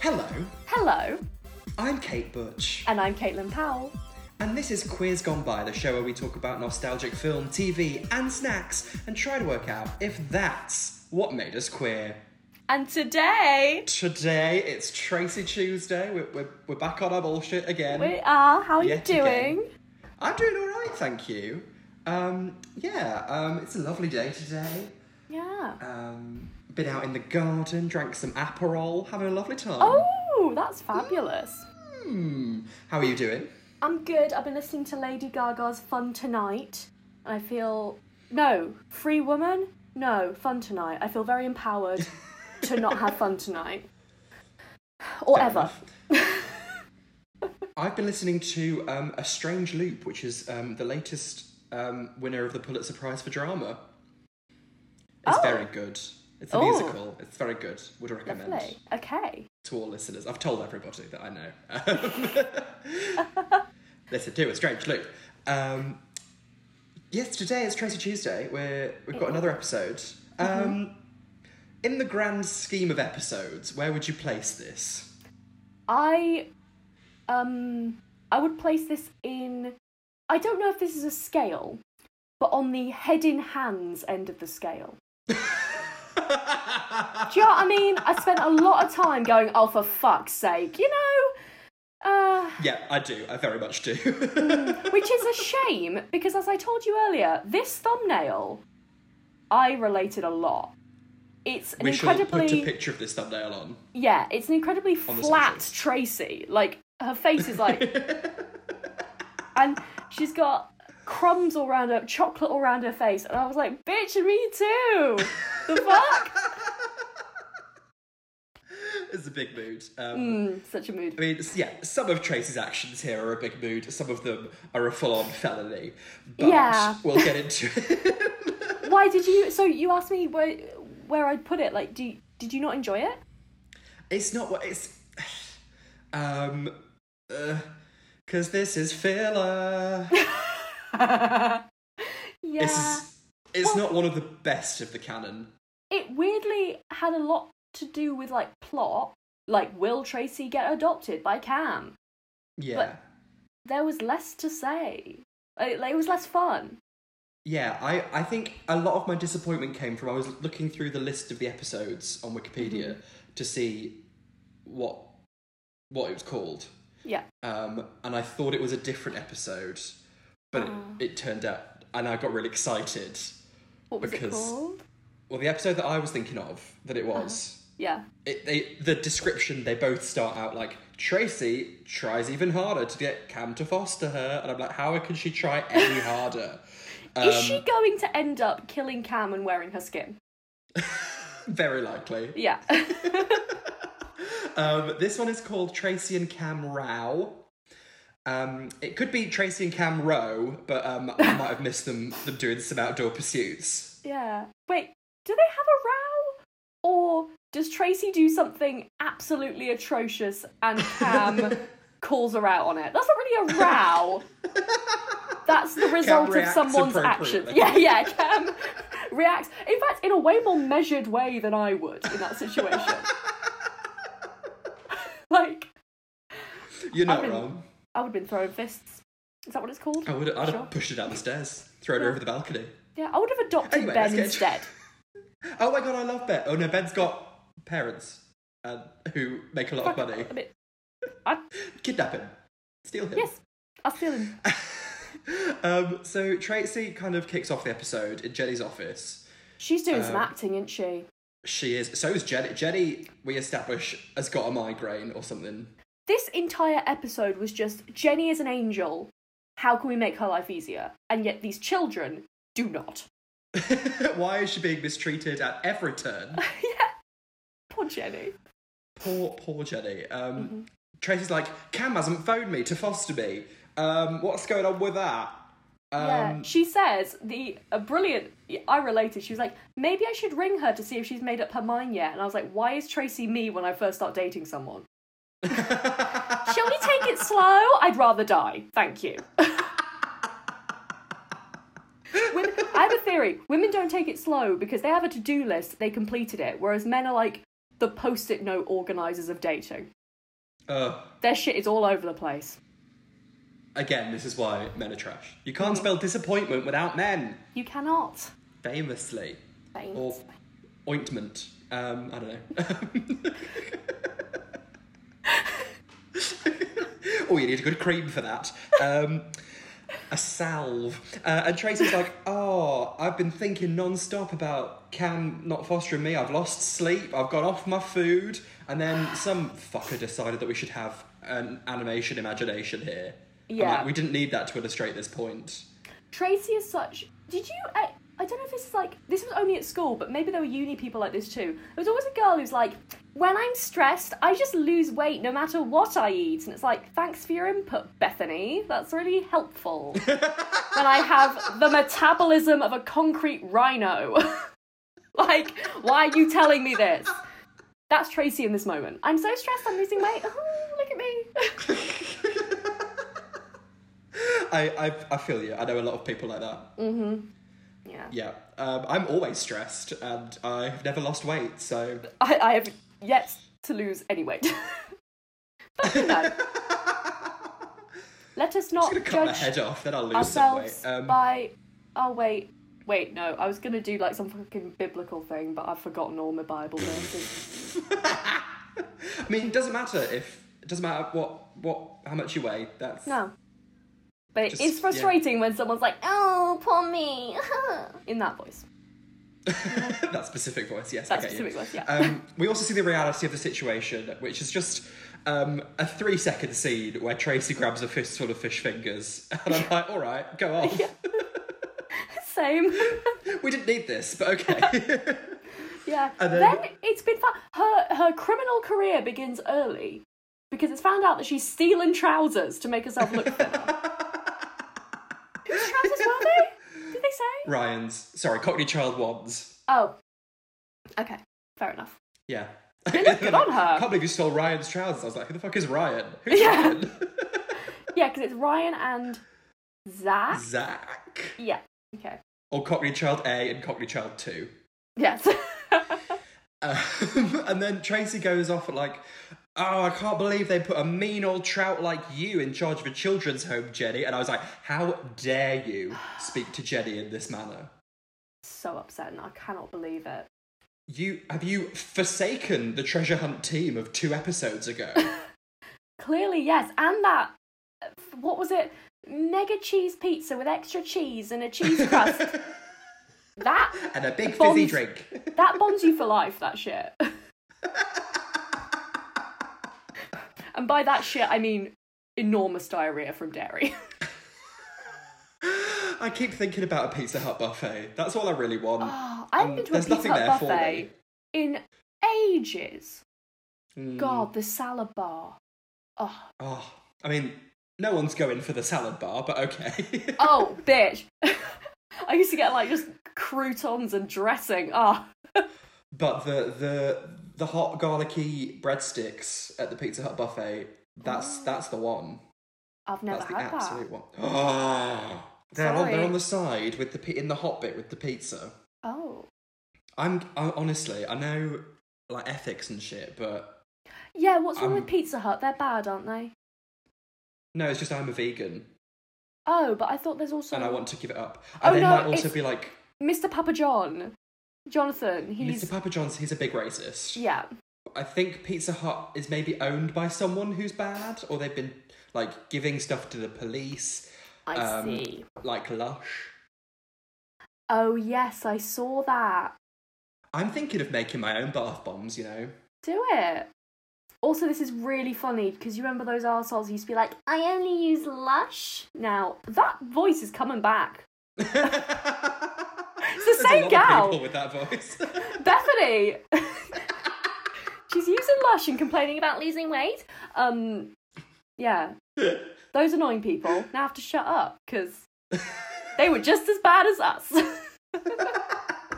Hello, Hello, I'm Kate Butch, and I'm Caitlin Powell. and this is Queers Gone By, the show where we talk about nostalgic film, TV, and snacks and try to work out if that's what made us queer. And today Today it's Tracy Tuesday, we're, we're, we're back on our bullshit again. we are. How are you Yet again. doing? I'm doing alright, thank you. Um, yeah, um, it's a lovely day today. Yeah. Um, been out in the garden, drank some Aperol, having a lovely time. Oh, that's fabulous. Hmm, how are you doing? I'm good. I've been listening to Lady Gaga's Fun Tonight, and I feel no free woman. No fun tonight. I feel very empowered to not have fun tonight or Fair ever. enough. I've been listening to um, A Strange Loop, which is um, the latest um, winner of the Pulitzer Prize for Drama. It's Oh. very good. It's a Oh. musical. It's very good. Would recommend Lovely. Okay. to all listeners. I've told everybody that I know. Listen to A Strange Loop. Um, yes, today is Tracy Tuesday. We're, we've got another episode. Mm-hmm. Um, in the grand scheme of episodes, where would you place this? I um I would place this in I don't know if this is a scale, but on the head in hands end of the scale. Do you know what I mean? I spent a lot of time going, oh for fuck's sake, you know? Uh Yeah, I do. I very much do. which is a shame because as I told you earlier, this thumbnail I related a lot. It's an we shall incredibly put a picture of this thumbnail on. Yeah, it's an incredibly the flat socials. Tracy. Like her face is like, and she's got crumbs all around her, chocolate all around her face, and I was like, "Bitch, me too." The fuck? It's a big mood. Um, Mm, such a mood. I mean, s- yeah, some of Tracy's actions here are a big mood. Some of them are a full-on felony. But Yeah. we'll get into it. Why did you? So you asked me where where I'd put it. Like, do you, did you not enjoy it? It's not what it's. Um, because this is filler. Yeah. It's it's not one of the best of the canon. it weirdly had a lot to do with like plot. Like, will Tracy get adopted by Cam? Yeah. There was less to say. Uh, It, it was less fun. Yeah, I, I think a lot of my disappointment came from I was looking through the list of the episodes on Wikipedia Mm-hmm. to see what what it was called, Yeah. um, and I thought it was a different episode, but Oh. it, it turned out, and I got really excited. What was Because- it called? Well, the episode that I was thinking of that it was, Yeah. it, they the description they both start out like Tracy tries even harder to get Cam to foster her, and I'm like, how can she try any harder? Is Um, she going to end up killing Cam and wearing her skin? Um, Very likely. Yeah. Um, this one is called Tracy and Cam Row. Um, it could be Tracy and Cam Row, but um, I might have missed them, them doing some outdoor pursuits. yeah. Wait, do they have a row? Or does Tracy do something absolutely atrocious and Cam calls her out on it? That's not really a row. That's the result of reacts someone's actions. appropriately. Yeah, yeah, Cam reacts. In fact, in a way more measured way than I would in that situation. like, You're not mean- wrong. I would have been throwing fists. Is that what it's called? I would I'd Sure. have pushed her down the stairs, thrown her over the balcony. Yeah, I would have adopted Anyway, let's Ben get- instead. Oh my god, I love Ben. Oh no, Ben's got parents uh, who make a lot of money. I mean, I, Kidnap him, steal him. yes, I feel him. Um, so Tracy kind of kicks off the episode in Jenny's office. She's doing some acting, isn't she? She is. So is Jenny. Jenny, we establish, has got a migraine or something. This entire episode was just Jenny is an angel. How can we make her life easier? And yet these children do not. Why is she being mistreated at every turn? Poor Jenny. poor, poor Jenny. Um, Tracy's like, Cam hasn't phoned me to foster me. Um, what's going on with that? yeah, Um, she says the a brilliant. I related. She was like, maybe I should ring her to see if she's made up her mind yet. And I was like, why is Tracy me when I first start dating someone? Shall we take it slow? I'd rather die. Thank you. Women, I have a theory. Women don't take it slow because they have a to do list, they completed it, whereas men are like the post it note organisers of dating. Uh, Their shit is all over the place. again, this is why men are trash. You can't spell disappointment without men, You cannot. famously. Bang. Or ointment. Um, I don't know. oh, you need a good cream for that. Um, a salve. Uh, and Tracy's like, oh, I've been thinking non stop about Cam not fostering me. I've lost sleep. I've gone off my food. And then some fucker decided that we should have an animation imagination here. I'm Yeah. like, we didn't need that to illustrate this point. Tracy is such. Did you? I, I don't know if this is like this was only at school, but maybe there were uni people like this too. There was always a girl who's like, when I'm stressed, I just lose weight no matter what I eat, and it's like, thanks for your input, Bethany. That's really helpful. when I have the metabolism of a concrete rhino. like, why are you telling me this? That's Tracy in this moment. I'm so stressed, I'm losing weight. Oh, look at me. I, I, I feel you. I know a lot of people like that. yeah. Yeah, um, I'm always stressed, and I've never lost weight, so I, I have yet to lose any weight. but you know, let us not I'm gonna cut my judge head off. Then I'll lose some weight. ourselves Um, by. Oh wait, wait, no. I was gonna do like some fucking biblical thing, but I've forgotten all my Bible verses. I mean, it doesn't matter if it doesn't matter what what how much you weigh. That's No. But it is Just- yeah. frustrating when someone's like, "Oh, poor me," in that voice. that specific voice. Yes, That I get you. specific voice, yeah. Um, we also see the reality of the situation, which is just. Um, a three second scene where Tracy grabs a fistful of fish fingers, and I'm like, all right, go on. Same. We didn't need this, but okay. yeah. And then... then- it's been fa- her her criminal career begins early because it's found out that she's stealing trousers to make herself look thinner. Whose trousers were they? Did they say? Ryan's, sorry, Cockney Child Wands. Oh. Okay. Fair enough. Yeah. look good on her. I can't believe you stole Ryan's trousers. I was like, who the fuck is Ryan? Who's Yeah. Ryan? Yeah, because it's Ryan and Zach. Zach. Yeah. Okay. Or Cockney Child A and Cockney Child 2. Yes. Um, and then Tracy goes off at like, oh, I can't believe they put a mean old trout like you in charge of a children's home, Jenny. And I was like, how dare you speak to Jenny in this manner? so upset, and I cannot believe it. You have you forsaken the treasure hunt team of two episodes ago? Clearly, yes. And that, what was it? Mega cheese pizza with extra cheese and a cheese crust. that and a big fizzy Bonds- drink. that bonds you for life. That shit. and by that shit, I mean enormous diarrhea from dairy. I keep thinking about a Pizza Hut buffet. That's all I really want. Oh, I haven't Um, been to a there's Pizza nothing Hut there for buffet me. in ages. God, the salad bar. Oh, Mm. Oh, I mean, no one's going for the salad bar, but okay. oh, bitch. I used to get like just croutons and dressing. Oh, but the the the hot garlicky breadsticks at the Pizza Hut buffet. That's that's the one. I've Oh. never That's the had that. absolute one. Oh, they're on, Sorry. they're on the side with the pi- in the hot bit with the pizza. Oh, I'm I, honestly, I know like ethics and shit, but yeah. What's wrong Um, with Pizza Hut? They're bad, aren't they? no, it's just I'm a vegan Oh, but I thought there's also and I want to give it up. Oh, And they no, might also it's- be like Mr. Papa John, Jonathan. He's Mr. Papa John's. He's a big racist. yeah. I think Pizza Hut is maybe owned by someone who's bad, or they've been like giving stuff to the police, I Um, see. like Lush. Oh yes, I saw that. I'm thinking of making my own bath bombs, you know. Do it. Also, this is really funny because you remember those arseholes who used to be like, I only use Lush. Now, that voice is coming back. it's the the same a lot gal. Of people with that voice. Bethany! She's using Lush and complaining about losing weight. Um, yeah. Those annoying people now have to shut up because they were just as bad as us.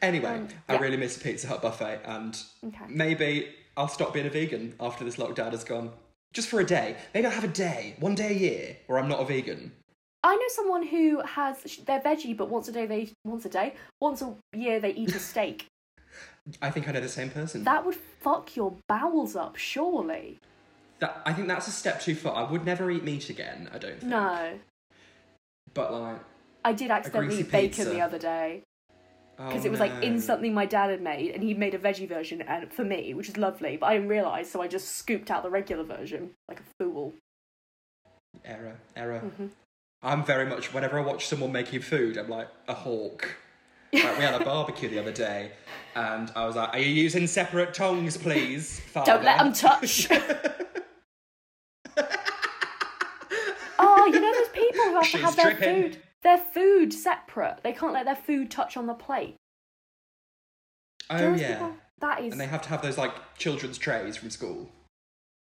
anyway, Um, I yeah. really miss Pizza Hut buffet, and okay. maybe I'll stop being a vegan after this lockdown has gone. Just for a day. Maybe I'll have a day, one day a year, where I'm not a vegan. I know someone who has they're veggie, but once a day they once a day once a year they eat a steak. I think I know the same person. That would fuck your bowels up, surely. That- I think that's a step too far. I would never eat meat again. I don't think. No. But like, I did accidentally greasy eat bacon pizza. the other day because oh, it was no. like in something my dad had made, and he made a veggie version and for me, which is lovely. But I didn't realize, so I just scooped out the regular version like a fool. error, error. Mm-hmm. I'm very much whenever I watch someone making food, I'm like a hawk. Like we had a barbecue the other day, and I was like, "Are you using separate tongs, please?" Don't let father?" them touch. oh, you know those people who have to She's have their dripping. food, their food separate. They can't let their food touch on the plate. Do you know Oh those yeah, people? That is and they have to have those like children's trays from school.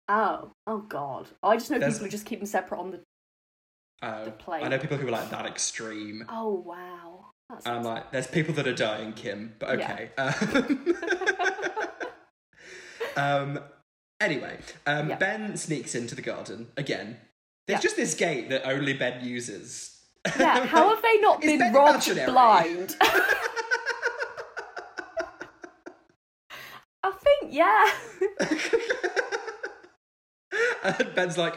oh oh god. I just know There's- people who just keep them separate on the. Oh, The plate. I know people who are like that extreme. Oh wow. That's And I'm like, there's people that are dying, Kim, but okay. Um, um, anyway, um, Yeah. Ben sneaks into the garden again. There's Yeah. just this gate that only Ben uses. yeah. How have they not Is been Ben robbed imaginary? blind? I think yeah. and Ben's like,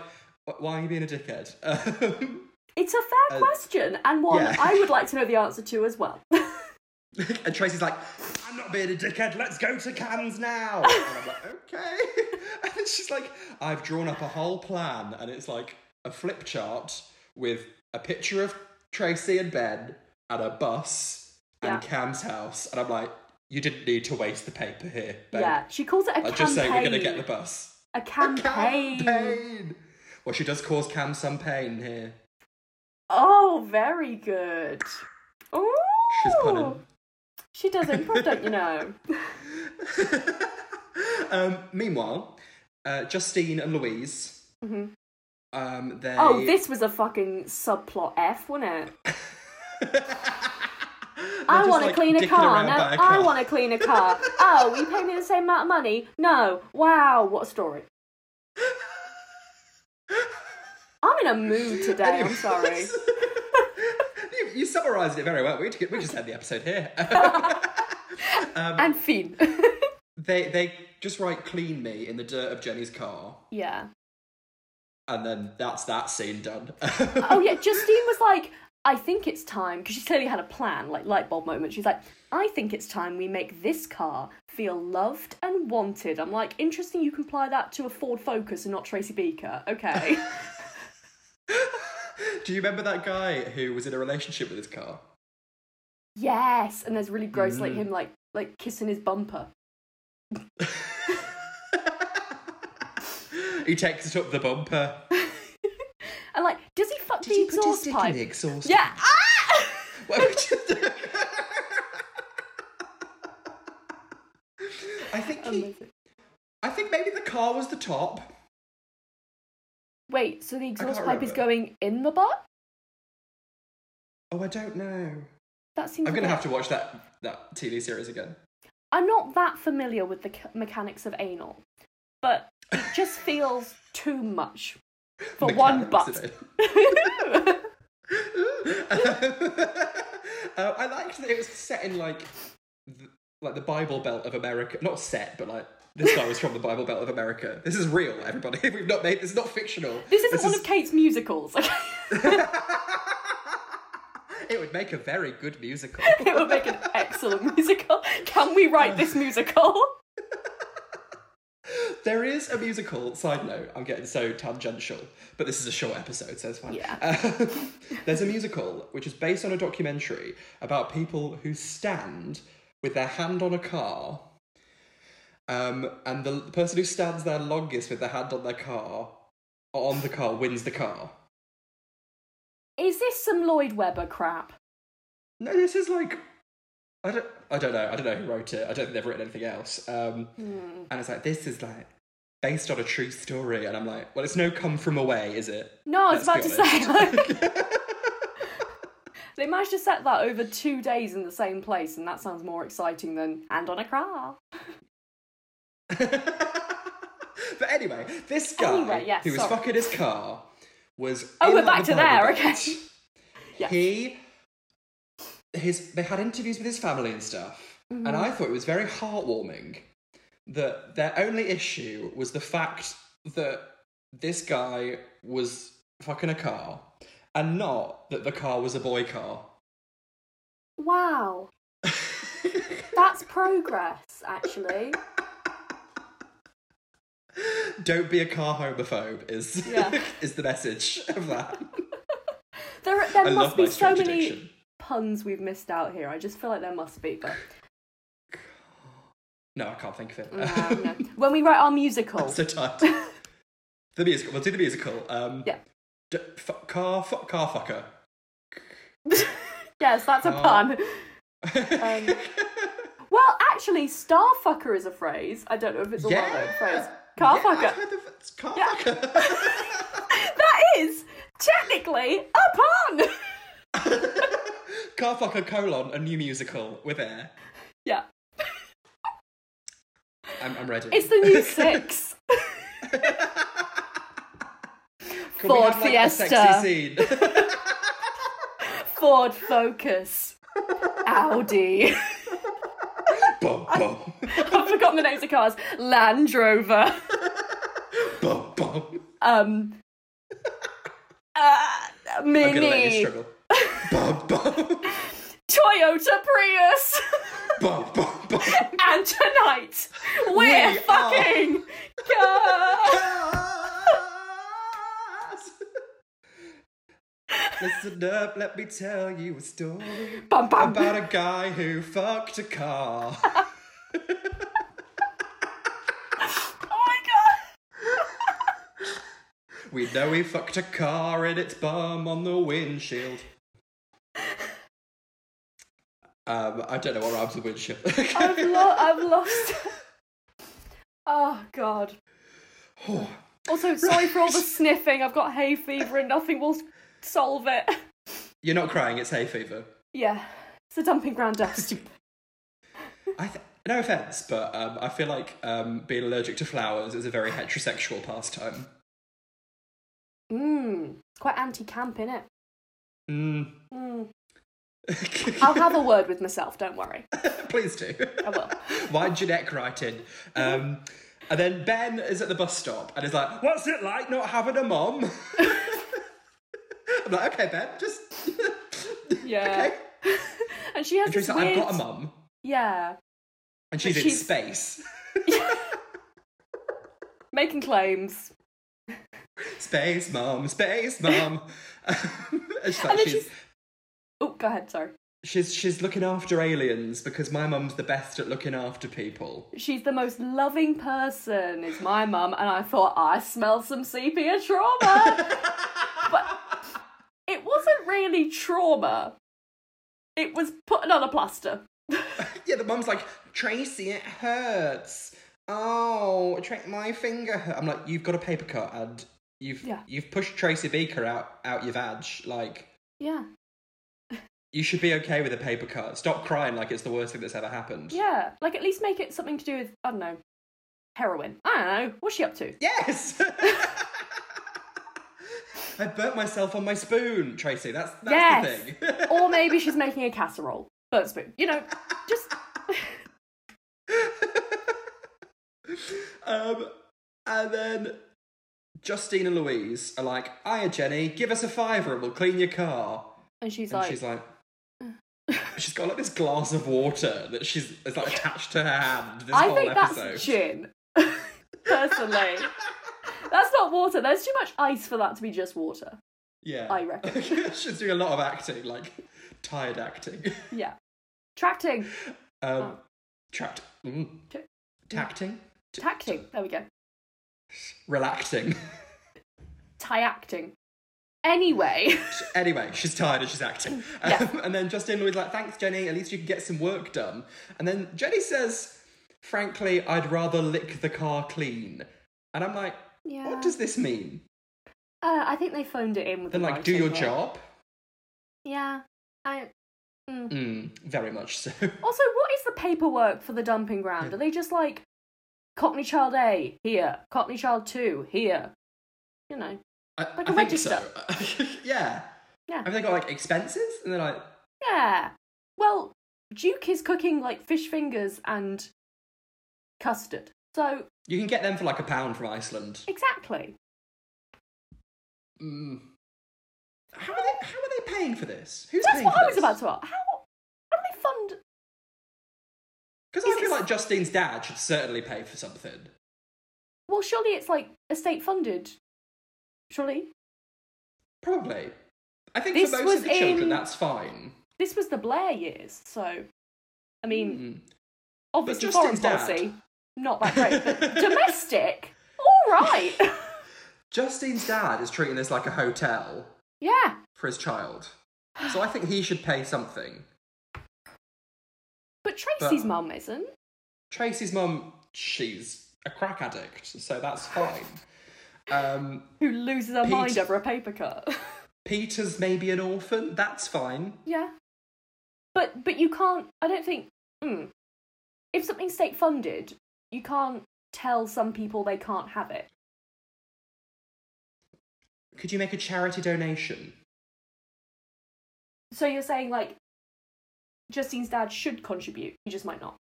"Wh- why are you being a dickhead? Um, It's a fair question and one yeah. I would like to know the answer to as well. and Tracy's like, I'm not being a dickhead, let's go to Cannes now. And I'm like, okay. And then she's like, I've drawn up a whole plan, and it's like a flip chart with a picture of Tracy and Ben and a bus and Yeah. Cam's house. And I'm like, you didn't need to waste the paper here, Ben. yeah. She calls it a I campaign. just say we're gonna get the bus. a campaign. Campaign. Well, she does cause Cam some pain here. Oh, very good. Ooh. She's punning. She does improv, don't you know? um, meanwhile, uh, Justine and Louise. Mhm. Um, they. Oh, this was a fucking subplot F, wasn't it? I want to clean a car. No, I want to clean a car. oh, you pay me the same amount of money? No. Wow, what a story. I'm in a mood today. I'm sorry. you, you summarised it very well. We, we just had the episode here. And Finn. they they just write "clean me" in the dirt of Jenny's car, yeah. and then that's that scene done. Oh yeah, Justine was like, I think it's time because she clearly had a plan, like light bulb moment. She's like, I think it's time we make this car feel loved and wanted. I'm like, interesting. You can apply that to a Ford Focus and not Tracy Beaker. Okay. Do you remember that guy who was in a relationship with his car? yes, and there's really gross like him like like kissing his bumper. he takes it up the bumper. And like, does he fuck the Did he put his exhaust dick in pipe? the exhaust? yeah. Ah! Why would you do- I think he, Amazing. I think maybe the car was the top. Wait, so the exhaust pipe is remember. going in the butt? Oh, I don't know. That seems. I'm gonna weird. have to watch that that TV series again. I'm not that familiar with the c- mechanics of anal, but it just feels too much for one Mechanics butt. of it. Uh, I liked that it was set in like the, like the Bible Belt of America. Not set, but like this guy was from the Bible Belt of America. This is real, everybody. We've not made this is not fictional. this isn't one of Kate's musicals. okay? It would make a very good musical. it would make an excellent musical. Can we write this musical? there is a musical. Side note: I'm getting so tangential, but this is a short episode, so it's fine. Yeah. Uh, there's a musical which is based on a documentary about people who stand with their hand on a car. Um, and the person who stands there longest with their hand on their car, on the car, wins the car. Is this some Lloyd Webber crap? No, this is like I don't I don't know. I don't know who wrote it. I don't think they've written anything else. Um, and it's like this is like based on a true story and I'm like, well it's no come from away, is it? No, I was Let's about be to say. like- they managed to set that over two days in the same place, and that sounds more exciting than and on a car. but anyway, this guy Anyway, yeah, who was sorry. fucking his car was Oh, in we're back the to there, Bible Belt. okay. Yeah. He his they had interviews with his family and stuff. Mm-hmm. And I thought it was very heartwarming that their only issue was the fact that this guy was fucking a car and not that the car was a boy car. Wow. That's progress, actually. Don't be a car homophobe is Yeah. is the message of that. There, there I must love be my so strange many addiction. puns we've missed out here. I just feel like there must be, but No, I can't think of it. nah, um, no. when we write our musical, so tight. the musical. We'll do the musical. Um, Yeah. D- f- car, f- car fucker. yes, that's a Oh. pun. Um, Well, actually, starfucker is a phrase. I don't know if it's a well-known phrase. Yeah, I've Carfucker. heard of it's car Yeah. fucker. that is technically a pun. car fucker colon a new musical with air. yeah, I'm, I'm ready. it's the new six. Could we Ford have, like, a Fiesta. sexy scene? Ford Focus. Audi. bum, bum, I've forgotten the names of cars. Land Rover. bum, bum. Um. Uh, I'm gonna let you Mini. struggle. bum, bum, Toyota Prius. bum, bum, bum. and tonight, we're We are- fucking. Yeah. Listen up, let me tell you a story Bum, bum. about a guy who fucked a car. Oh my god. We know he fucked a car and its bum on the windshield. Um, I don't know what rhymes with windshield. I've, lo- I've lost. Oh god. Oh, Also, sorry for all the sniffing. I've got hay fever and nothing will s- solve it. You're not crying, it's hay fever. Yeah, it's a dumping ground dust. I th- no offense, but um, I feel like um, being allergic to flowers is a very heterosexual pastime. Mmm, it's quite anti-camp, innit? Mm. Mm. I'll have a word with myself. Don't worry. Please do. I will. Why Jeanette write in? Um, and then Ben is at the bus stop and is like, What's it like not having a mom? I'm like, Okay, Ben, just. Yeah. Uh, okay. And she has And she's this like, I've weird. got a mum. Yeah, And she's But in she's- space. making claims. Space mum, space mum. and she's like, And then she's, she's- Oh, go ahead. Sorry. she's, she's looking after aliens because my mum's the best at looking after people. She's the most loving person, is my mum, and I thought I smell some sepia trauma. but it wasn't really trauma. It was putting on a plaster. Yeah, the mum's like, Tracy, it hurts. Oh, tra- my finger hurt. I'm like, you've got a paper cut and you've Yeah. you've pushed Tracy Beaker out out your vag. Like, Yeah. you should be okay with a paper cut. Stop crying like it's the worst thing that's ever happened. Yeah. Like at least make it something to do with I don't know. Heroin. I don't know. What's she up to? Yes. I burnt myself on my spoon, Tracy. That's that's Yes. the thing. Or maybe she's making a casserole. Burnt spoon. You know, just um, and then Justine and Louise are like, "Hiya, Jenny. Give us a fiver and we'll clean your car." and she's And like she's like, she's got like this glass of water that she's it's like attached to her hand. This I whole think episode. that's gin. Personally. that's not water. There's too much ice for that to be just water. yeah, I reckon. she's doing a lot of acting, like tired acting. Yeah. Tracting. Um, Oh. tract, mm, T- tacting, T- Tacting. There we go. relaxing. Tie acting. Anyway. Anyway, she's tired and she's acting. Um, Yeah. And then Justin was like, thanks, Jenny, at least you can get some work done. And then Jenny says, frankly, I'd rather lick the car clean. And I'm like, Yeah. what does this mean? Uh, I think they phoned it in with Then, the like, do writing your here. job? Yeah. I. Mm. Mm, very much so. Also, what is the paperwork for the dumping ground? Are they just like Cockney Child A here, Cockney Child Two here? You know. I, Like I a think so. yeah. Yeah. Have they got, like, expenses? And they're like, Yeah. Well, Duke is cooking like fish fingers and custard. So You can get them for like a pound from Iceland. exactly. Mm. How are they? How are they paying for this? Who's That's paying what for I was this? about to ask. How how do they fund Because Is I feel it- like Justine's dad should certainly pay for something. well surely it's like estate funded. Surely? Probably. I think This for most was of the children, in- that's fine. This was the Blair years, so I mean Mm. obviously foreign Justin's dad- policy. Not that great, but domestic? Alright. Justine's dad is treating this like a hotel yeah. for his child, so I think he should pay something. But Tracy's But- mum isn't. Tracy's mum, she's a crack addict, so that's fine. Um, Who loses her Pete- mind over a paper cut. Peter's maybe an orphan, that's fine. Yeah. But but you can't. I don't think. Mm, if something's state funded, you can't tell some people they can't have it. Could you make a charity donation? So you're saying like, Justine's dad should contribute. He just might not.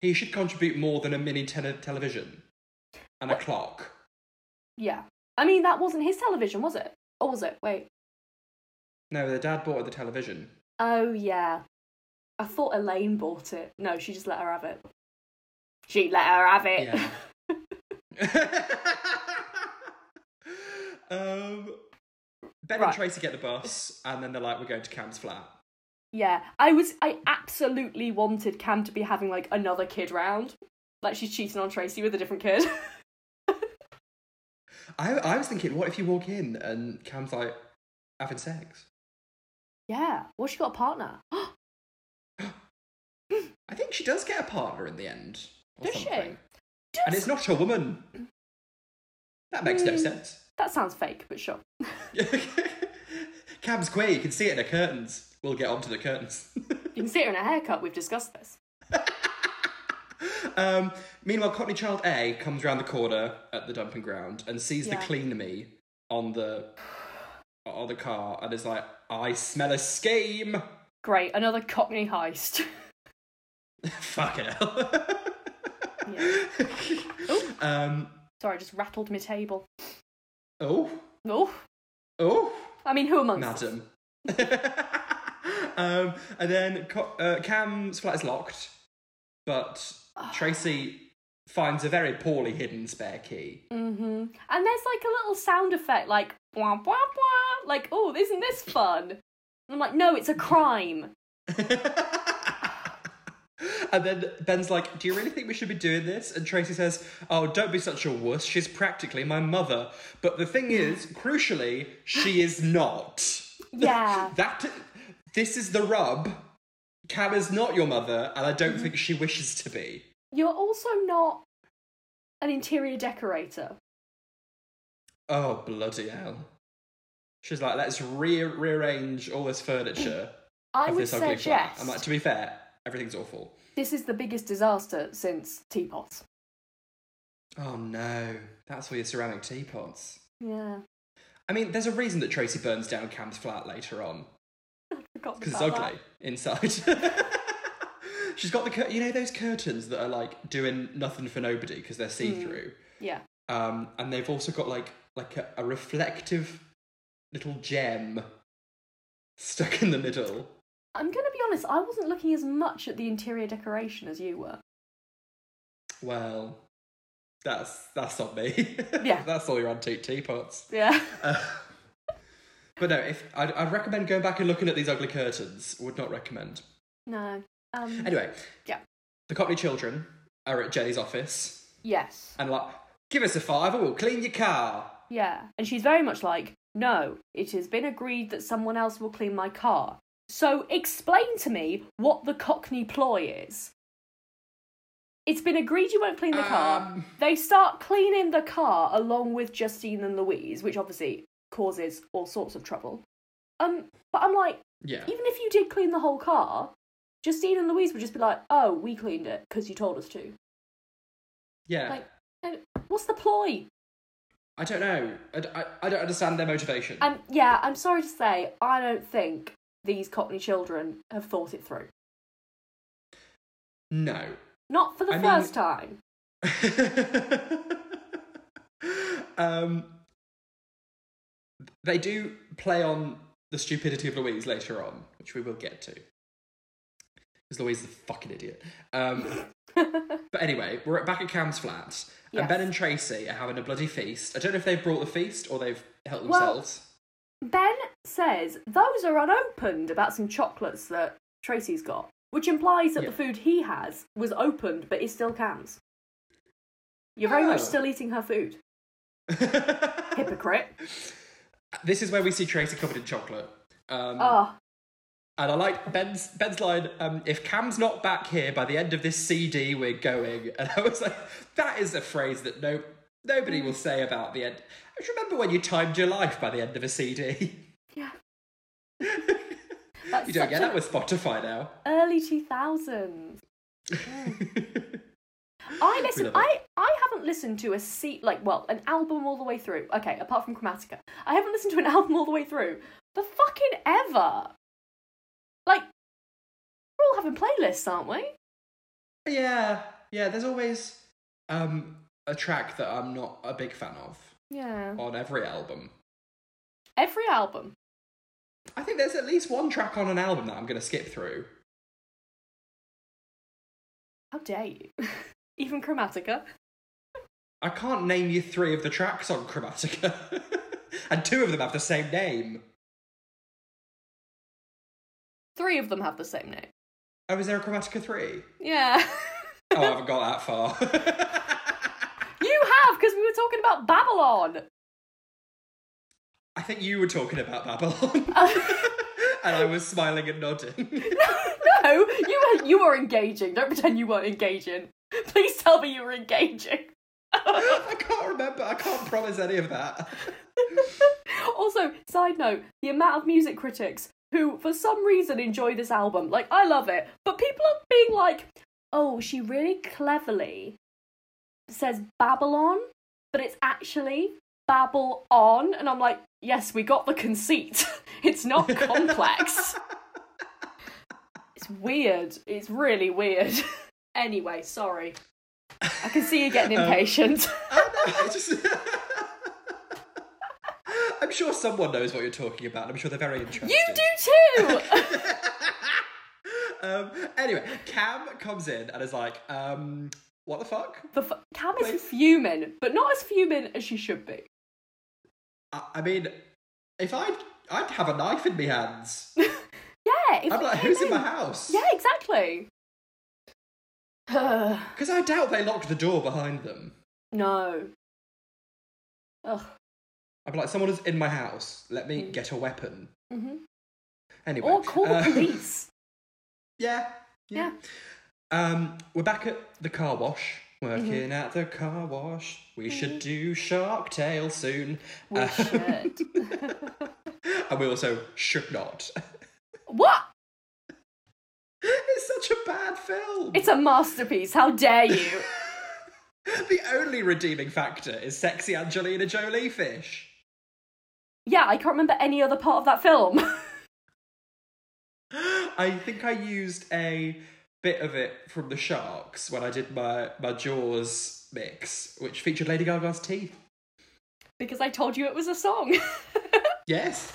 He should contribute more than a mini tele- television and a clock. Yeah. I mean that wasn't his television, was it? Or was it? Wait. No, the dad bought her the television. Oh yeah. I thought Elaine bought it. No, she just let her have it. She let her have it. Yeah. um, ben Right. and Tracy get the bus, and then they're like, "We're going to Cam's flat." Yeah, I was. I absolutely wanted Cam to be having like another kid round, like she's cheating on Tracy with a different kid. I, I was thinking, what if you walk in and Cam's like having sex? yeah, well, she got a partner. I think she does get a partner in the end. Or Does she? something. Does- And it's not a woman. That makes no Hmm. sense. that sounds fake, but sure. Cam's queer. You can see it in her curtains. We'll get onto the curtains. You can see her in a haircut. We've discussed this. Um, meanwhile, Cockney Child A comes round the corner at the dumping ground and sees Yeah. the clean me on the on the car and is like, "I smell a scheme." Great, another Cockney heist. Fuck hell. Yeah. um. Sorry, I just rattled my table. Oh. Oh, Oh. I mean, who amongst? us? Madam. um. And then Co- uh, Cam's flat is locked, but Tracy finds a very poorly hidden spare key. Mhm. And there's like a little sound effect, like wah wah wah, like oh, isn't this fun? And I'm like, no, it's a crime. and then Ben's like, Do you really think we should be doing this? And Tracy says, Oh, don't be such a wuss. She's practically my mother. But the thing is, crucially, she is not. Yeah. That this is the rub. Cam is not your mother, and I don't think she wishes to be. You're also not an interior decorator. Oh, bloody hell. She's like, let's re- rearrange all this furniture Mm, I of would this ugly flat. suggest I'm like, to be fair, everything's awful. this is the biggest disaster since teapots. Oh no, that's all your ceramic teapots. Yeah. I mean, there's a reason that Tracy burns down Cam's flat later on Forgot because it's about ugly inside. She's got the cur- you know those curtains that are like doing nothing for nobody because Mm. they're see through, that. Yeah. um, and they've also got like like a, a reflective little gem stuck in the middle. I'm going to be honest, I wasn't looking as much at the interior decoration as you were. Well, that's that's on me. Yeah. that's all your antique teapots. Yeah. Uh, but no, if I'd, I'd recommend going back and looking at these ugly curtains. Would not recommend. No. Um, Anyway, Yeah. The Cockney children are at Jenny's office yes. and like, give us a fiver, we'll clean your car. Yeah. And she's very much like, no, it has been agreed that someone else will clean my car. So explain to me what the Cockney ploy is. It's been agreed you won't clean the car. Um. They start cleaning the car along with Justine and Louise, which obviously causes all sorts of trouble. Um, but I'm like, Yeah. even if you did clean the whole car, Justine and Louise would just be like, "Oh, we cleaned it because you told us to." Yeah. Like, and what's the ploy? I don't know. I, d- I- I don't understand their motivation. Um, yeah, I'm sorry to say, I don't think these Cockney children have thought it through. No. Not for the I mean- first time. um, they do play on the stupidity of Louise later on, which we will get to. Because Louise is a fucking idiot. Um, but anyway, we're at- back at Cam's flat, Yes. and Ben and Tracy are having a bloody feast. I don't know if they've brought the feast or they've helped Well- themselves. Ben says those are unopened about some chocolates that Tracy's got, which implies that Yeah. the food he has was opened but is still Cam's. You're very much Oh. still eating her food. Hypocrite. this is where we see Tracy covered in chocolate. Um, Ah, And I like Ben's Ben's line. Um, if Cam's not back here by the end of this CD, we're going. And I was like, that is a phrase that no nobody will say about the end. I just remember when you timed your life by the end of a CD. yeah. That's you don't such get an that with Spotify now. early 2000s. I listen. love it. I I haven't listened to a seat like well an album all the way through. Okay, apart from Chromatica, I haven't listened to an album all the way through for fucking ever. Like we're all having playlists, aren't we? yeah, yeah. There's always um, a track that I'm not a big fan of Yeah. on every album. Every album. I think there's at least one track on an album that I'm going to skip through. How dare you? Even Chromatica. I can't name you three of the tracks on Chromatica, and two of them have the same name. Three of them have the same name. Oh, is there a Chromatica three? Yeah. Oh, I haven't got that far. you have because we were talking about Babylon. I think you were talking about Babylon, and I was smiling and nodding. no, you were you were engaging. Don't pretend you weren't engaging. Please tell me you were engaging. I can't remember. I can't promise any of that. also, side note, the amount of music critics who, for some reason, enjoy this album. Like, I love it, but people are being like, oh, she really cleverly says Babylon, but it's actually Babble On. And I'm like, yes, we got the conceit. it's not complex. it's weird. It's really weird. anyway, sorry. I can see you getting impatient. Oh, no, I just. I'm sure someone knows what you're talking about. I'm sure they're very interested. you do too! um, anyway, Cam comes in and is like, um, "What the fuck? The f- Cam is Please. fuming, but not as fuming as she should be. I, I mean, if I, I'd have a knife in my hands. Yeah, if I'm like, yeah, who's in no. my house? Yeah, exactly. because I doubt they locked the door behind them. no. Ugh. I'd be like, someone is in my house. Let me get a weapon. hmm Anyway, Mm. Or call the uh, police. yeah, yeah. Um, we're back at the car wash. Working Mm-hmm. at the car wash. We should do Shark Tale soon. We Uh, should. and we also should not. what? It's such a bad film. It's a masterpiece. How dare you? the only redeeming factor is sexy Angelina Jolie fish. yeah, I can't remember any other part of that film. I think I used a bit of it from the Sharks when I did my, my Jaws mix, which featured Lady Gaga's teeth. because I told you it was a song. Yes.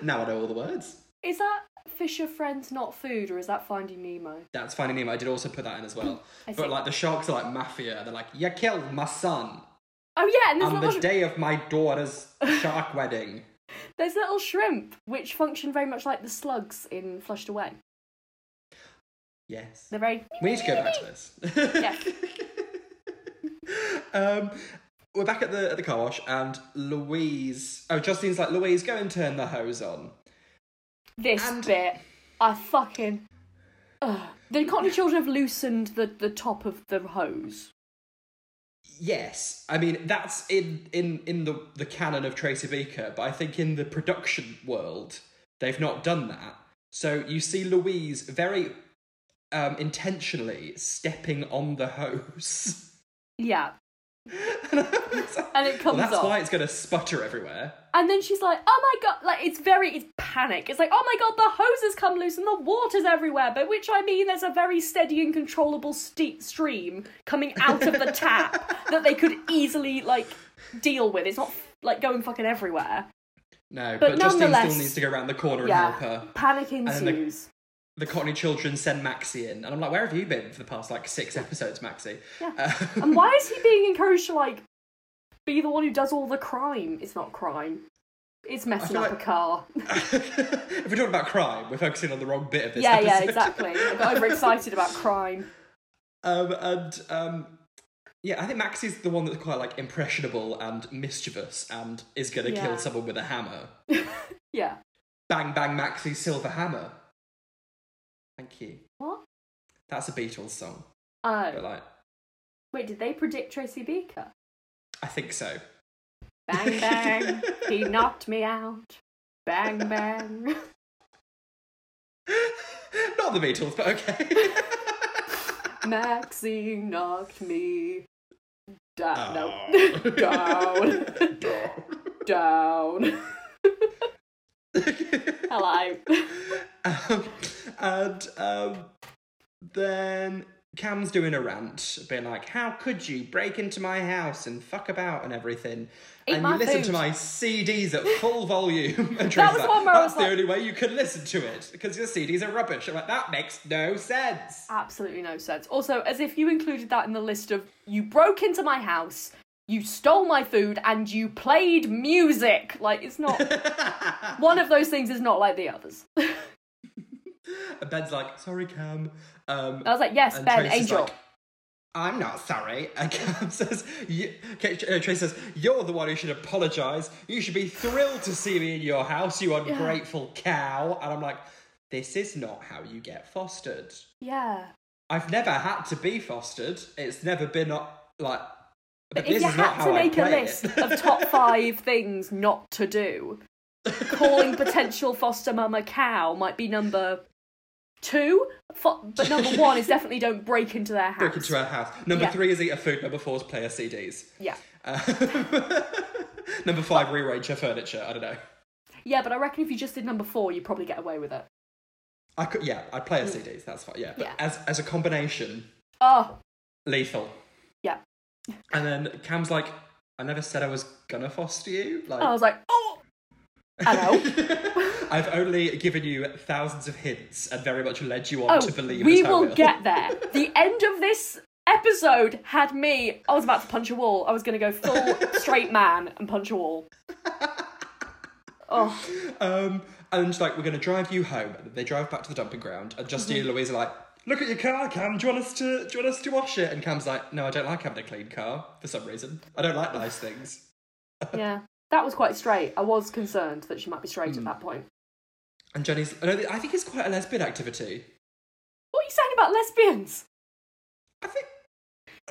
now I know all the words. is that Fisher Friends Not Food or is that Finding Nemo? That's Finding Nemo. I did also put that in as well. I see. But like the Sharks are like mafia. They're like, you killed my son Oh, yeah, and there's on the little, day of my daughter's shark wedding. there's little shrimp, which function very much like the slugs in Flushed Away. Yes. They're very. We need to go back to this. um, we're back at the at the car wash, and Louise. Oh, Justine's like Louise, go and turn the hose on. this And- bit, I fucking. Ugh. The Cockney children have loosened the, the top of the hose. Yes, I mean that's in in in the the canon of Tracy Beaker, but I think in the production world they've not done that. So you see Louise very um, intentionally stepping on the hose. Yeah. and it comes Well, that's off. why it's going to sputter everywhere. And then she's like, "Oh my god!" Like it's very, it's panic. It's like, "Oh my god, the hose has come loose and the water's everywhere." By which I mean, there's a very steady and controllable ste stream coming out of the tap that they could easily like deal with. It's not like going fucking everywhere. No, But but, Justine nonetheless- still needs to go around the corner yeah, and help her. panic then the- ensues. The Cockney children send Maxie in, and I'm like, where have you been for the past like six episodes, Maxie? Yeah. Uh, and why is he being encouraged to like be the one who does all the crime? It's not crime. It's messing feel up a like- car. if we're talking about crime, we're focusing on the wrong bit of this. yeah, yeah, episode. exactly. I got overexcited about crime. Um, and um, yeah, I think Maxie's the one that's quite like impressionable and mischievous, and is going to Yeah. kill someone with a hammer. Yeah. Bang bang, Maxie's silver hammer. Thank you. What? That's a Beatles song, Oh. but like, Wait, did they predict Tracy Beaker? I think so. Bang bang, he knocked me out. Bang bang. Not the Beatles, but okay. Maxie knocked me down. Oh. No. down. down. Hello. um, and um, then Cam's doing a rant, being like, "How could you break into my house and fuck about and everything?" Eat and my you listen food." to my CDs at full volume. And That Teresa's was like, one where I That's was the like- only way you can listen to it because your CDs are rubbish. I'm like, that makes no sense. Absolutely no sense. Also, as if you included that in the list of you broke into my house, you stole my food, and you played music. Like, it's not. One of those things is not like the others. I And Ben's like, "Sorry, Cam." Um, was like, yes, And Ben, Tracy's angel. like, I'm not sorry. And Cam says, you, K- uh, Trace says, you're the one who should apologise. You should be thrilled to see me in your house, you ungrateful cow. And I'm like, this is not how you get fostered. yeah. I've never had to be fostered. It's never been uh, like, but, if this you is not had how to I make a play list it. of top five things not to do, calling potential foster mum a cow might be number two. Fo- but number one is definitely don't break into their house. Break into our house. Number Yeah. three is eat a food. Number four is play her CDs. yeah, Uh, number five, rearrange her furniture. I don't know. yeah. But I reckon if you just did number four, you'd probably get away with it. I could, yeah, I'd play her CDs. That's fine. Yeah, but Mm. Yeah. as as a combination, Oh, lethal. yeah. And then Cam's like, I never said I was gonna foster you. Like, I was like, oh, hello. I've only given you thousands of hints and very much led you on Oh, to believe. we that I will will get there. The end of this episode had me. I was about to punch a wall. I was going to go full straight man and punch a wall. Oh. Um, and she's like, we're gonna drive you home. And they drive back to the dumping ground, and Justine Mm-hmm. and Louise are like. Look at your car, Cam. Do you want us to? Do you want us to wash it? And Cam's like, No, I don't like having a clean car for some reason. I don't like nice things. Yeah, that was quite straight. I was concerned that she might be Hmm. straight at that point. And Jenny's, I don't think- I think it's quite a lesbian activity. What are you saying about lesbians? I think,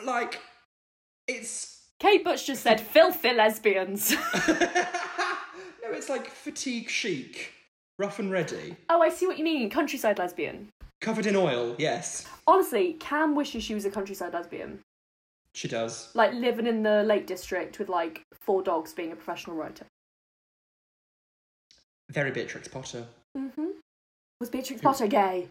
like, it's Kate Butch just said filthy lesbians. no, it's like fatigue chic, rough and ready, oh, I see what you mean. Countryside lesbian. covered in oil. Yes, Honestly, Cam wishes she was a countryside lesbian. she does. Like living in the Lake District with like four dogs being a professional writer. Very Beatrix Potter. hmm Was Beatrix Potter gay?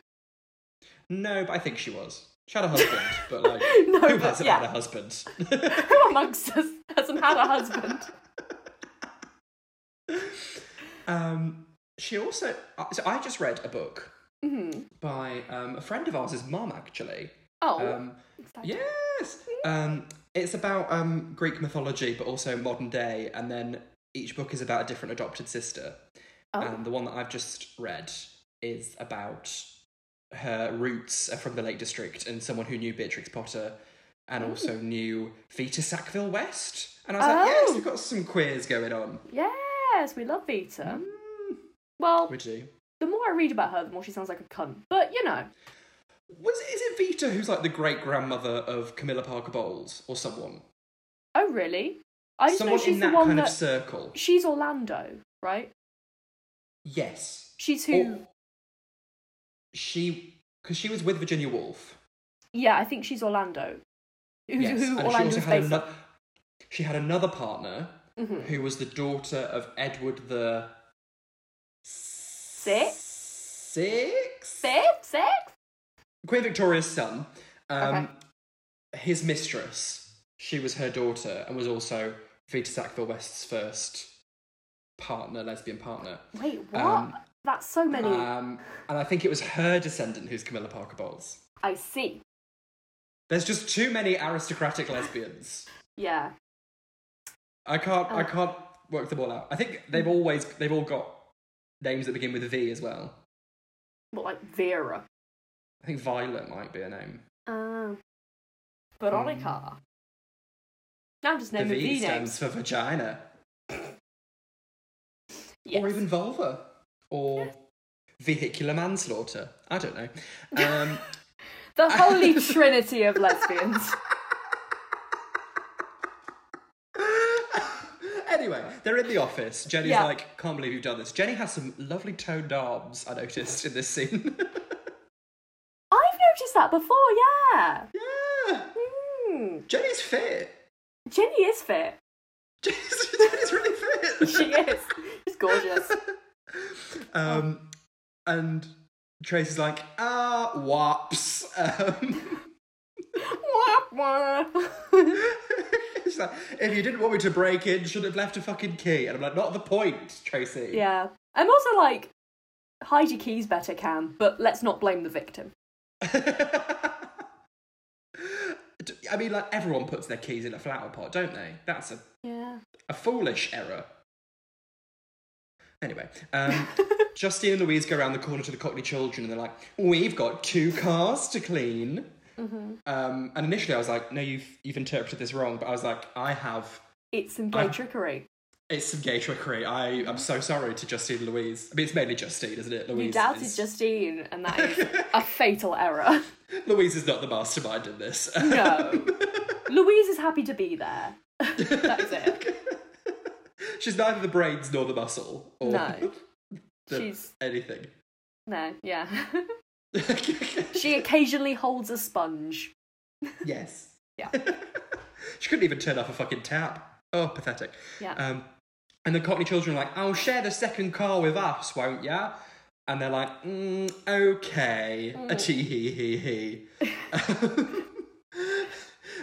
No, but I think she was. She had a husband, but like, No, who but hasn't yeah. had a husband? Who amongst us hasn't had a husband? um, she also. uh, So I just read a book hmm by um, a friend of ours' mum, actually. Oh, Um, exciting. Yes. Um, it's about um, Greek mythology, but also modern day, and then each book is about a different adopted sister. Oh. And the one that I've just read is about her roots are from the Lake District and someone who knew Beatrix Potter and Oh. also knew Vita Sackville West. And I was like, Oh. yes, we've got some queers going on. Yes, we love Vita. Mm. Well, Would you? the more I read about her, the more she sounds like a cunt. But you know, Was is it Vita who's like the great grandmother of Camilla Parker Bowles or someone? Oh really? I just know Someone she's in the that one kind that of circle. she's Orlando, right? Yes. She's who? Or- she because she was with Virginia Woolf. Yeah, I think she's Orlando. Who's yes, who? and she Orlando's also had based Mm-hmm. on. another. she had another partner who was the daughter of Edward the Six? Sixth? Six? Six? Queen Victoria's son, um, Okay. his mistress, she was her daughter and was also Vita Sackville West's first partner, lesbian partner. Wait, what? Um, That's so many. Um, and I think it was her descendant who's Camilla Parker Bowles. I see. There's just too many aristocratic lesbians. Yeah. I can't. I Oh. can't work them all out. I think they've always they've all got names that begin with V as well. Well, like Vera. I think Violet might be a name. Um, Veronica. now I'm just The naming V V names. stands for vagina, Yes. or even vulva, or vehicular manslaughter. I don't know. Um, The holy trinity of lesbians. anyway, they're in the office. Jenny's Yeah. like, "Can't believe you've done this." Jenny has some lovely toned arms. I noticed in this scene. I've noticed that before, yeah. yeah, Hmm. Jenny's fit. Jenny is fit. Jenny's, Jenny's really fit. She is. She's gorgeous. Um, and Tracy's like, ah, whops. Um, Wah, wah. she's like, if you didn't want me to break in, should have left a fucking key. And I'm like, not the point, Tracy. yeah. I'm also like, hide your keys better, Cam, but let's not blame the victim. D- I mean, like, everyone puts their keys in a flower pot, don't they? That's a, Yeah. a foolish error. Anyway, um, Justine and Louise go around the corner to the Cockney children and they're like, we've got two cars to clean. Mhm. Um, and initially, I was like, "No, you've you've interpreted this wrong." But I was like, "I have. It's some gay I'm- trickery. It's some gay trickery. I am so sorry to Justine and Louise. I mean, it's mainly Justine, isn't it? Louise You doubted is, Justine, and that is a fatal error. Louise is not the mastermind in this. No. Louise is happy to be there. that is it. She's neither the brains nor the muscle or No. the- She's anything. no, yeah. she occasionally holds a sponge. yes. Yeah. she couldn't even turn off a fucking tap. Oh, pathetic. Yeah. Um, and the Cockney children are like, "I'll share the second car with us, won't ya?" And they're like, mm, "Okay, a tee hee hee hee."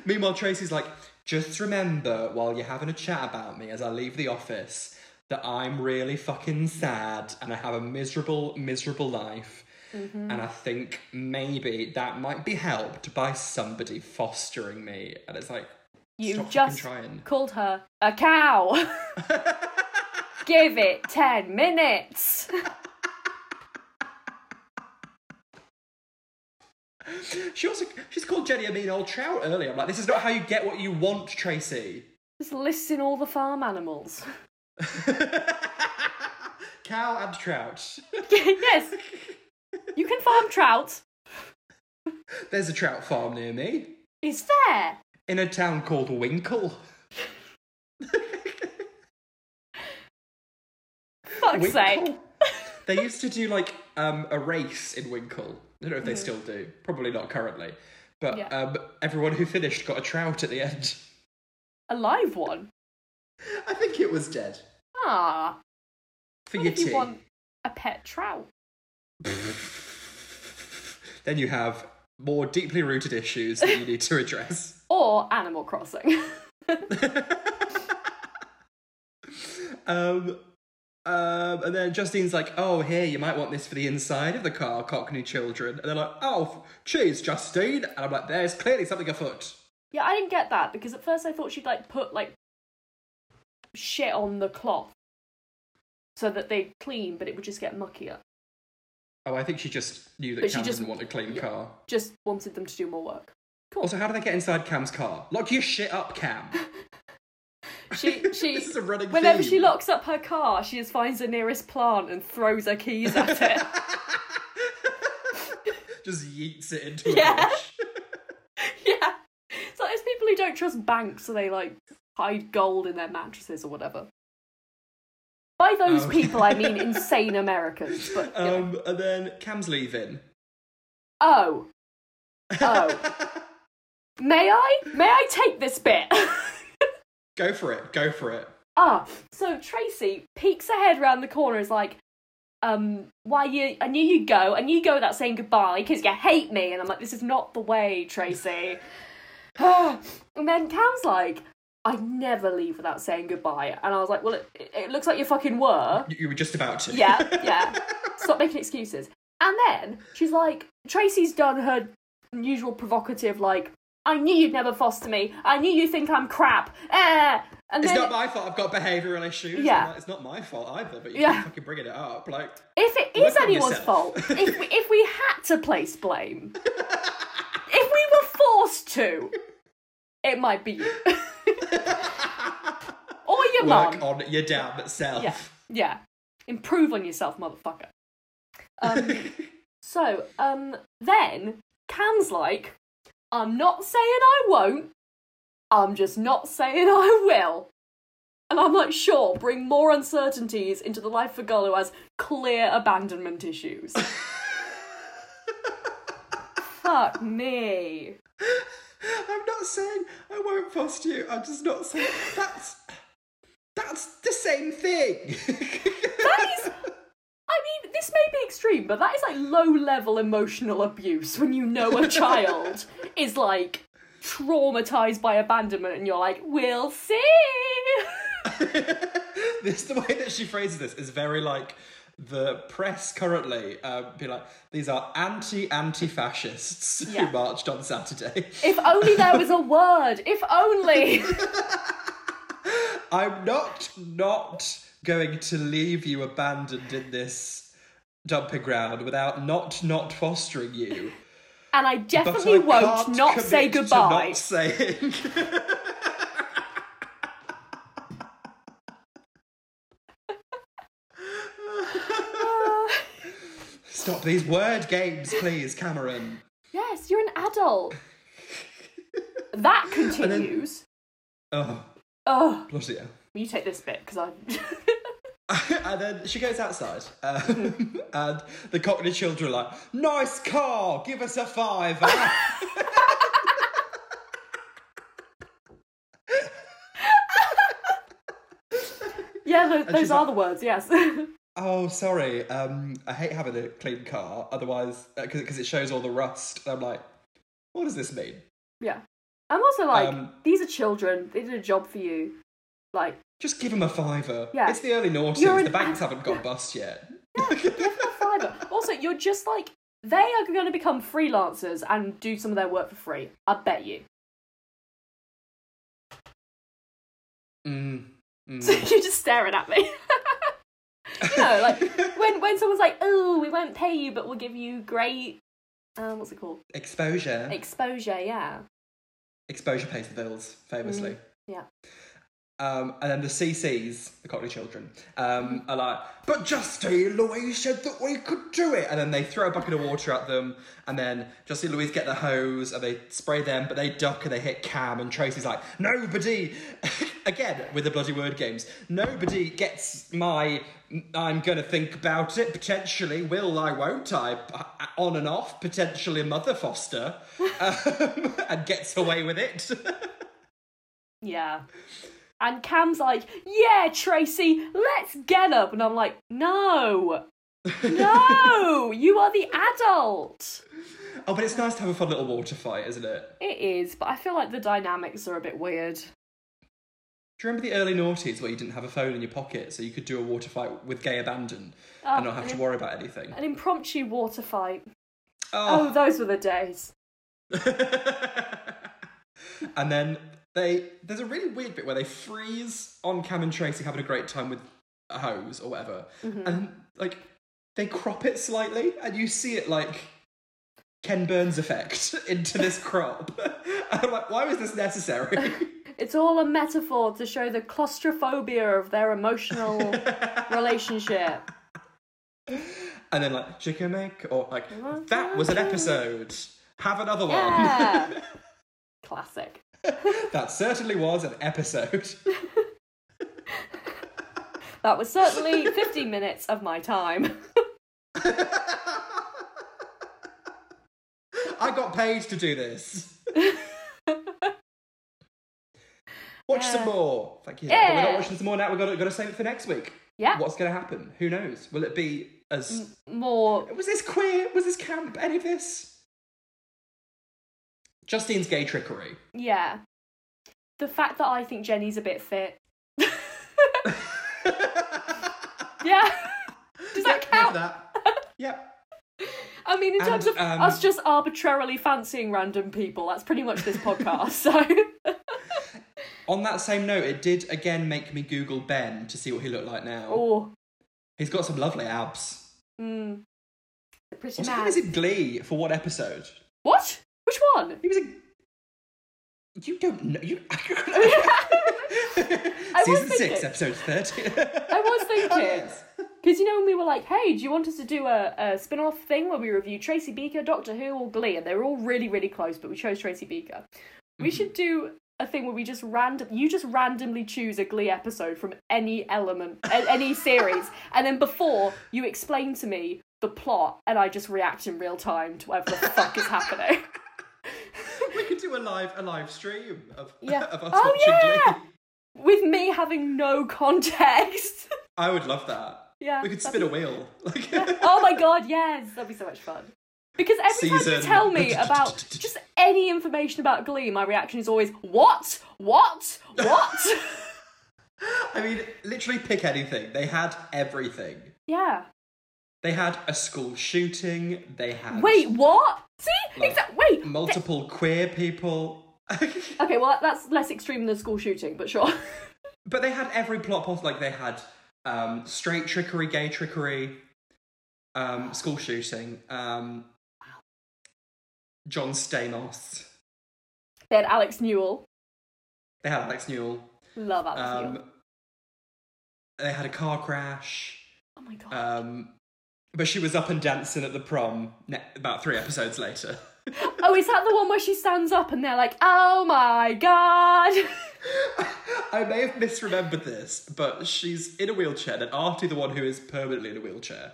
Meanwhile, Tracy's like, "Just remember while you're having a chat about me as I leave the office that I'm really fucking sad and I have a miserable, miserable life." And I think maybe that might be helped by somebody fostering me. And it's like, You Stop fucking just trying. called her a cow. Give it 10 minutes. She also she's called Jenny a mean old trout earlier. I'm like, this is not how you get what you want, Tracy. Just listing all the farm animals. Cow and trout. yes. You can farm trout. There's a trout farm near me It's fair. in a town called Winkle. Fuck's sake. They used to do like um, a race in Winkle. I don't know if they still do. Probably not currently. But Hmm. Yeah. um, everyone who finished got a trout at the end. A live one. I think it was dead Ah. for what your if you tea. want a pet trout. Then you have more deeply rooted issues that you need to address. Or Animal Crossing. um, um, and then Justine's like, "Oh, here, you might want this for the inside of the car, Cockney children." And they're like, "Oh, f- cheers, Justine!" And I'm like, "There's clearly something afoot." Yeah, I didn't get that because at first I thought she'd like put like shit on the cloth so that they'd clean, but it would just get muckier. Oh, I think she just knew that But she Cam just- didn't want a clean yeah. car. Just wanted them to do more work. Also, how do they get inside Cam's car? Lock your shit up, Cam. She she This is a running whenever theme. she locks up her car, she just finds the nearest plant and throws her keys at it. just yeets it into Yeah. a bush. yeah. So it's people who don't trust banks, so they like hide gold in their mattresses or whatever. By those Oh. people, I mean insane Americans. But you know. Um, and then Cam's leaving. oh, oh, may I? May I take this bit? Go for it. Go for it. Ah, so Tracy peeks her head round the corner and is like, um, why you, I knew you'd go, I knew you'd go without saying goodbye because you hate me. And I'm like, this is not the way, Tracy. and then Cam's like, I never leave without saying goodbye. And I was like, well, it, it looks like you fucking were. You, you were just about to. Yeah, yeah. Stop making excuses. And then she's like, Tracy's done her usual provocative, like, I knew you'd never foster me. I knew you think I'm crap. Eh. And It's then not my fault I've got behavioural issues. I'm Yeah. like, it's not my fault either, but you Yeah. keep fucking bringing it up. Like, if it is Work on anyone's yourself. fault, if we, if we had to place blame, if we were forced to, it might be you or your mum. work on your damn self. Yeah, yeah. Improve on yourself, motherfucker. Um, so, um, then Cam's like, I'm not saying I won't. I'm just not saying I will. And I'm like, sure, bring more uncertainties into the life of a girl who has clear abandonment issues. Fuck me. I'm not saying I won't foster you. I'm just not saying that's that's the same thing. That is. I mean, this may be extreme, but that is like low level emotional abuse when you know a child is like traumatized by abandonment and you're like, we'll see. this the way that she phrases this is very like the press currently um, be like these are anti anti fascists Yeah. who marched on Saturday. If only there was a word. If only. I'm not not going to leave you abandoned in this dumping ground without not not fostering you. And I But definitely I won't can't not say commit to goodbye. not saying. Stop these word games, please, Cameron. Yes, you're an adult. That continues. Oh, Oh, bloody hell. you take this bit because I. and then she goes outside, um, and the Cockney children are like, "Nice car, give us a fiver." yeah, tho- those she's are the words. Yes. oh, sorry. Um, I hate having a clean car, otherwise, because it shows all the rust. And I'm like, what does this mean? yeah. I'm also like, Um, these are children. They did a job for you. Like, Just give them a fiver. Yeah. It's the early noughties. You're an The banks haven't gone bust yet. fiber. Also, you're just like they are going to become freelancers and do some of their work for free. I bet you. Mm, mm. So you're just staring at me. you know, like when when someone's like, "Oh, we won't pay you, but we'll give you great." Um, what's it called? Exposure. Exposure, yeah. Exposure pays the bills, Mm. famously. yeah. Um, and then the CCs, the Cockney children, um, are like, but Justine Louise said that we could do it. And then they throw a bucket of water at them, and then Justine Louise get the hose and they spray them, but they duck and they hit Cam. And Tracy's like, nobody, again, with the bloody word games, nobody gets my, I'm going to think about it, potentially, will I, won't I, uh, on and off, potentially mother foster, um, and gets away with it. Yeah. And Cam's like, "Yeah, Tracy, let's get up." And I'm like, "No." no, you are the adult. Oh, but it's nice to have a fun little water fight, isn't it? It is, but I feel like the dynamics are a bit weird. Do you remember the early noughties where you didn't have a phone in your pocket, so you could do a water fight with gay abandon and not have to worry about anything? An impromptu water fight. Oh, Oh. those were the days. and then they there's a really weird bit where they freeze on Cam and Tracy having a great time with a hose or whatever, and like they crop it slightly, and you see it like Ken Burns effect into this crop. and I'm like, why was this necessary? It's all a metaphor to show the claustrophobia of their emotional relationship. and then like chicken make or like Mm-hmm. that was an episode have another one Yeah. Classic. that certainly was an episode That was certainly 15 minutes of my time. i got paid to do this Watch Yeah. some more. Thank you. But we're Yeah. not watching some more now. We've got to, got to save it for next week. Yeah. What's going to happen? Who knows? Will it be Mm. as. More. Was this queer? Was this camp? Any of this? Justine's gay trickery. Yeah. The fact that I think Jenny's a bit fit. Yeah. Does that Yep, count? That. yep. I mean, in And, terms of um, us just arbitrarily fancying random people, that's pretty much this podcast. So, On that same note, it did again make me Google Ben to see what he looked like now. oh, He's got some lovely abs. mm, The pretty Also, man. he was in Glee for one episode. What? Which one? He was a. You don't know. You. was Season six, thinking. episode thirty. I was thinking. Oh, yes. Because you know when we were like, hey, do you want us to do a, a spin-off thing where we review Tracy Beaker, Doctor Who, or Glee? And they were all really, really close, but we chose Tracy Beaker. We should do a thing where we just random you just randomly choose a Glee episode from any element a- any series. And then before you explain to me the plot and I just react in real time to whatever the fuck is happening. We could do a live a live stream of Yeah. of us Oh, watching yeah. Glee. With me having no context. I would love that. yeah. We could that'd spin be a wheel. Like oh my god, yes, that'd be so much fun. Because every time Season. you tell me about just any information about Glee, my reaction is always what, what, what. I mean, literally pick anything. They had everything. yeah. They had a school shooting. They had Wait, what? See, Like, exactly. Wait. multiple queer people. Okay, well that's less extreme than school shooting, but sure. But they had every plot possible. Like they had um, straight trickery, gay trickery, um, school shooting, um, John Stamos. they had Alex Newell. They had Alex Newell. Love Alex Newell. Um, they had a car crash. Oh my god. Um, but she was up and dancing at the prom ne- about three episodes later. oh, is that the one where she stands up and they're like, "Oh my god." I may have misremembered this, but she's in a wheelchair and Artie, the one who is permanently in a wheelchair.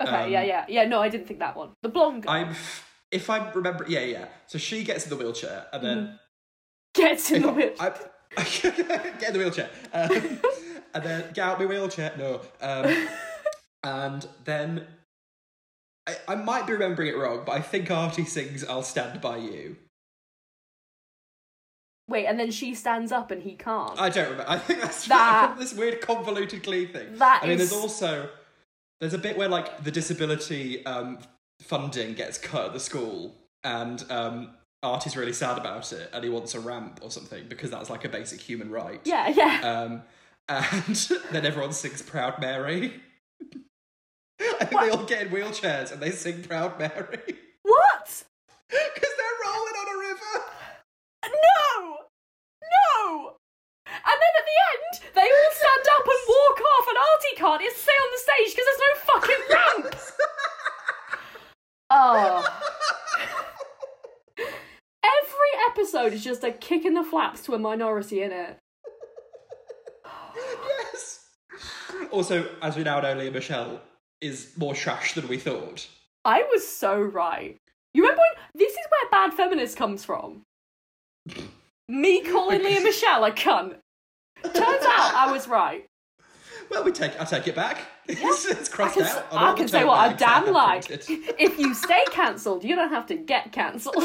okay, Um, yeah, yeah, yeah. No, I didn't think that one. The blonde girl I'm, f- if I remember, yeah, yeah. So she gets in the wheelchair and then gets in the wheelchair. I, I get in the wheelchair um, and then get out my wheelchair. No, um, and then I, I might be remembering it wrong, but I think Artie sings "I'll Stand by You." Wait, and then she stands up and he can't. I don't remember. I think that's That- this weird convoluted glee thing. That I mean, is- there's also there's a bit where like the disability um, funding gets cut at the school, and um, Art is really sad about it, and he wants a ramp or something because that's like a basic human right. yeah, yeah. Um, and then everyone sings "Proud Mary." I think they all get in wheelchairs and they sing "Proud Mary" What? because they're rolling on a river. No! No! And then at the end, they all stand up and walk off, and Artie can't is stay on the stage because there's no fucking ramp! Oh. Every episode is just a kick in the flaps to a minority in it. Yes. Also, as we now know, Leah Michelle is more trash than we thought. I was so right. You remember when this is where bad feminist comes from? Me calling Leah Michelle a cunt. Turns out I was right. Well, we take. I take it back. it's, it's I crossed can, out. on all I the can say tote what I bags that damn have like. printed. If you stay cancelled, you don't have to get cancelled.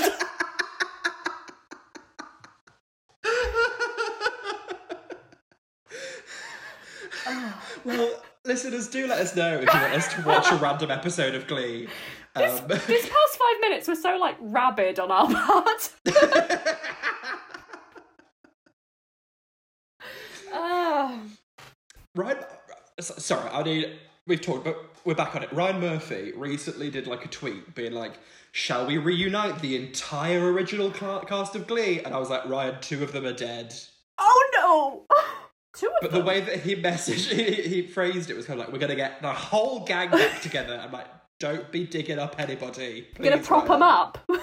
Well, listeners, do let us know if you want us to watch a random episode of Glee. Um, this past five minutes were so like rabid on our part. Ah, Ryan, s- sorry, I need. We've talked, but we're back on it. Ryan Murphy recently did like a tweet being like, "Shall we reunite the entire original cla- cast of Glee?" And I was like, "Ryan, two of them are dead." oh no! Two of But the them. way that he messaged, he, he phrased it was kind of like, "We're gonna get the whole gang back together." I'm like, "Don't be digging up anybody." We're gonna please, prop Ryan." them up. Put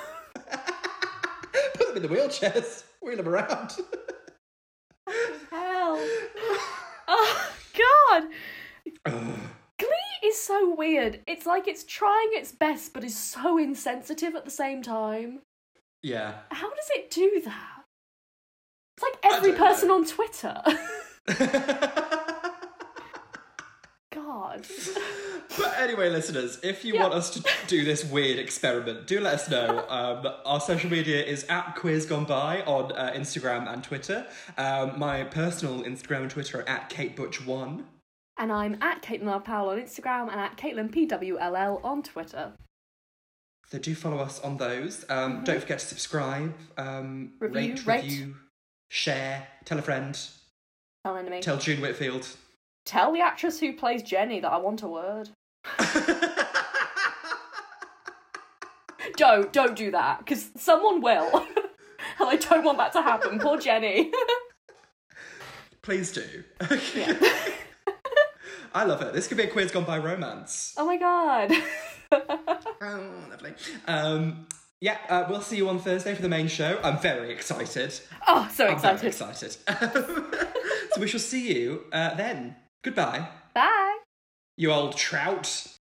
them in the wheelchairs. Wheel them around. Hell. Oh god. Glee is so weird. It's like it's trying its best, but is so insensitive at the same time. yeah. How does it do that? It's like every don't know. person on Twitter. God. But anyway, listeners, if you Yeah. want us to do this weird experiment, do let us know. Um, our social media is at Quiz Gone By on uh, Instagram and Twitter. Um, my personal Instagram and Twitter are at KateButch1. And I'm at Caitlin R. Powell on Instagram and at Caitlin PWLL on Twitter. So do follow us on those. Um, Don't forget to subscribe, um, Mm-hmm. Review, rate, rate. review, share, tell a friend, Tell enemy. tell June Whitfield. Tell the actress who plays Jenny that I want a word. Don't, don't do that, because someone will. and I don't want that to happen. Poor Jenny. Please do. Yeah. I love it. This could be a quiz gone by romance. oh my god. Oh, lovely. Um, yeah, uh, we'll see you on Thursday for the main show. I'm very excited. oh, so I'm very excited. excited. so we shall see you uh, then. Goodbye, Bye. you old trout.